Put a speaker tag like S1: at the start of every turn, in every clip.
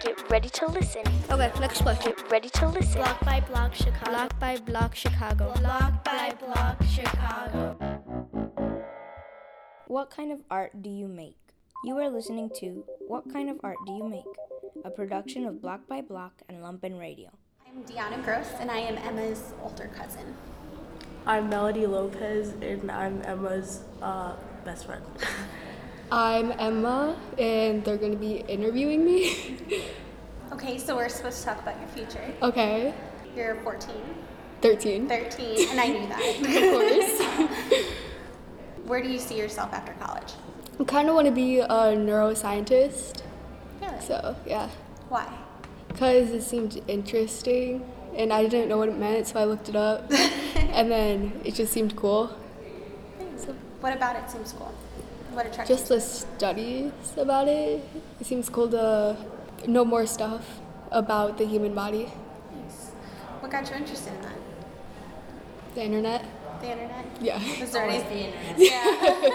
S1: Get ready to listen.
S2: Okay, next question.
S1: Get ready to listen.
S3: Block by block Chicago.
S2: Block by block, Chicago.
S3: block by block Chicago.
S2: What kind of art do you make? You are listening to What Kind of Art Do You Make? A production of Block by Block and Lumpen Radio.
S4: I'm Deanna Gross, and I am Emma's older cousin.
S5: I'm Melody Lopez, and I'm Emma's uh, best friend.
S6: I'm Emma, and they're going to be interviewing me.
S4: Okay, so we're supposed to talk about your future.
S6: okay,
S4: You're 14,
S6: 13,
S4: 13, and I knew that.
S6: of course.
S4: Where do you see yourself after college?
S6: I kind of want to be a neuroscientist,
S4: Really?
S6: so yeah,
S4: Why?
S6: because it seemed interesting, and I didn't know what it meant, so I looked it up, and then it just seemed cool.
S4: What about it seems cool? What attracts
S6: Just
S4: you?
S6: the studies about it, it seems cool to know more stuff about the human body,
S4: Nice. What got you interested in that?
S6: the internet.
S4: The internet?
S6: Yeah.
S4: Was there anything? Yeah.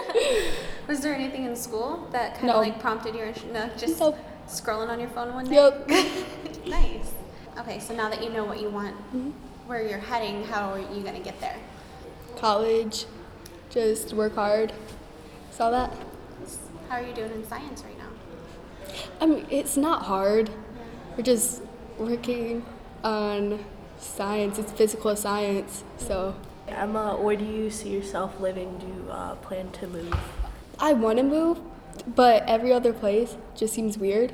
S4: Was there anything in school that kind of
S6: No.
S4: like prompted your interest? No, just
S6: Nope.
S4: scrolling on your phone one day.
S6: Yup.
S4: nice. Okay, so now that you know what you want, where you're heading, how are you gonna get there?
S6: College, just work hard. Saw that.
S4: How are you doing in science right now?
S6: I mean, it's not hard. We're just working on science. It's physical science. So
S5: Emma, where do you see yourself living? Do you uh, plan to move?
S6: I want to move, but every other place just seems weird.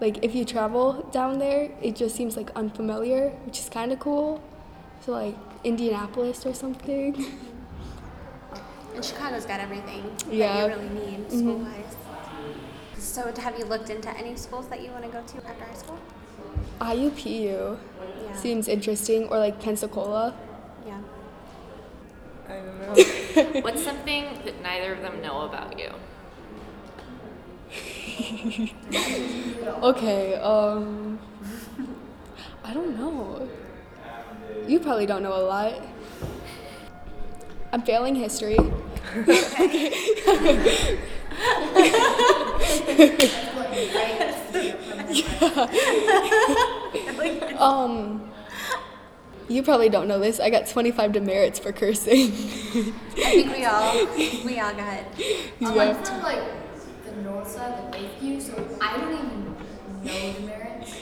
S6: Like, if you travel down there, it just seems like unfamiliar, which is kind of cool. So, like, Indianapolis or something.
S4: And Chicago's got everything
S6: Yeah.
S4: that you really need school wise. So have you looked into any schools that you want to go to after high school?
S6: IUPU
S4: Yeah.
S6: seems interesting, or like Pensacola.
S4: Yeah.
S5: I don't know.
S7: What's something that neither of them know about you?
S6: Okay, um. I don't know. You probably don't know a lot. I'm failing history. Yeah. um, you probably don't know this. I got 25 demerits for cursing.
S4: I think we all we all got
S6: yeah.
S8: I'm from like the north side, the Lakeview, so I don't even know the merits.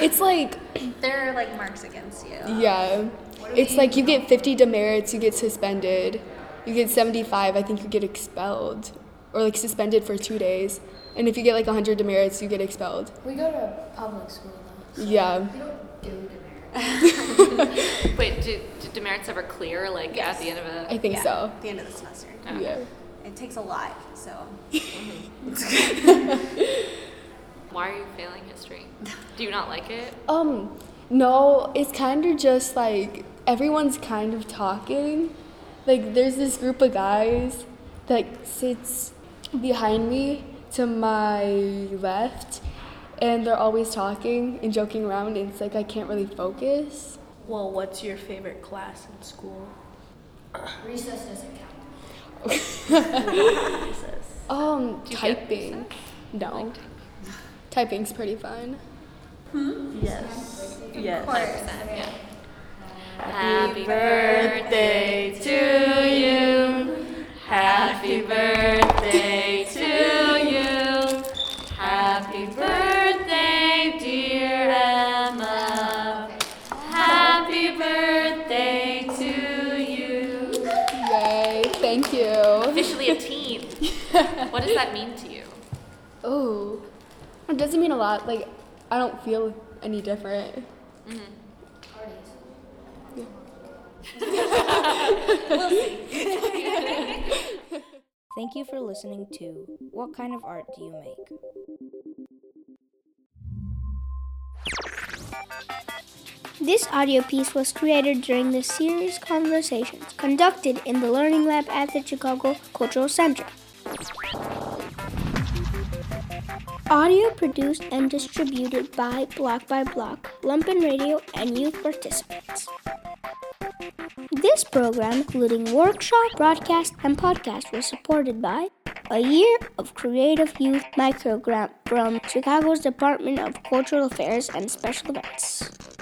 S6: It's like
S4: there are like marks against you.
S6: Yeah. It's like you get 50 demerits, you get suspended. You get 75, I think you get expelled or like suspended for 2 days. And if you get like 100 demerits, you get expelled.
S8: We go to public school though.
S6: Yeah.
S8: We don't do the merits.
S7: Wait, do, do demerits ever clear, like at the end of a?
S6: I think
S4: Yeah,
S6: so.
S4: At the end of the semester.
S6: Yeah.
S4: It takes a lot, so
S7: Why are you failing history? Do you not like it?
S6: Um no, it's kind of just like everyone's kind of talking. Like there's this group of guys that sits behind me to my left and they're always talking and joking around and it's like I can't really focus.
S5: well, what's your favorite class in school?
S8: Recess doesn't count.
S6: Um,
S7: you get
S6: typing. No. Typing's pretty fun.
S5: Yes. Yes.
S7: Happy birthday to you. Happy birthday to you. Happy birthday, dear Emma. Happy birthday to you.
S6: Yay, thank you.
S7: Officially a teen. What does that mean to you?
S6: Oh, it doesn't mean a lot. Like, I don't feel any different.
S8: Parties.
S2: Thank you for listening to What Kind of Art Do You Make?
S9: This audio piece was created during the series Conversations conducted in the Learning Lab at the Chicago Cultural Center. Audio produced and distributed by Block by Block, Lumpen Radio, and you participants. This program, including workshop, broadcast, and podcast, was supported by a year of creative youth microgrant from Chicago's Department of Cultural Affairs and Special Events.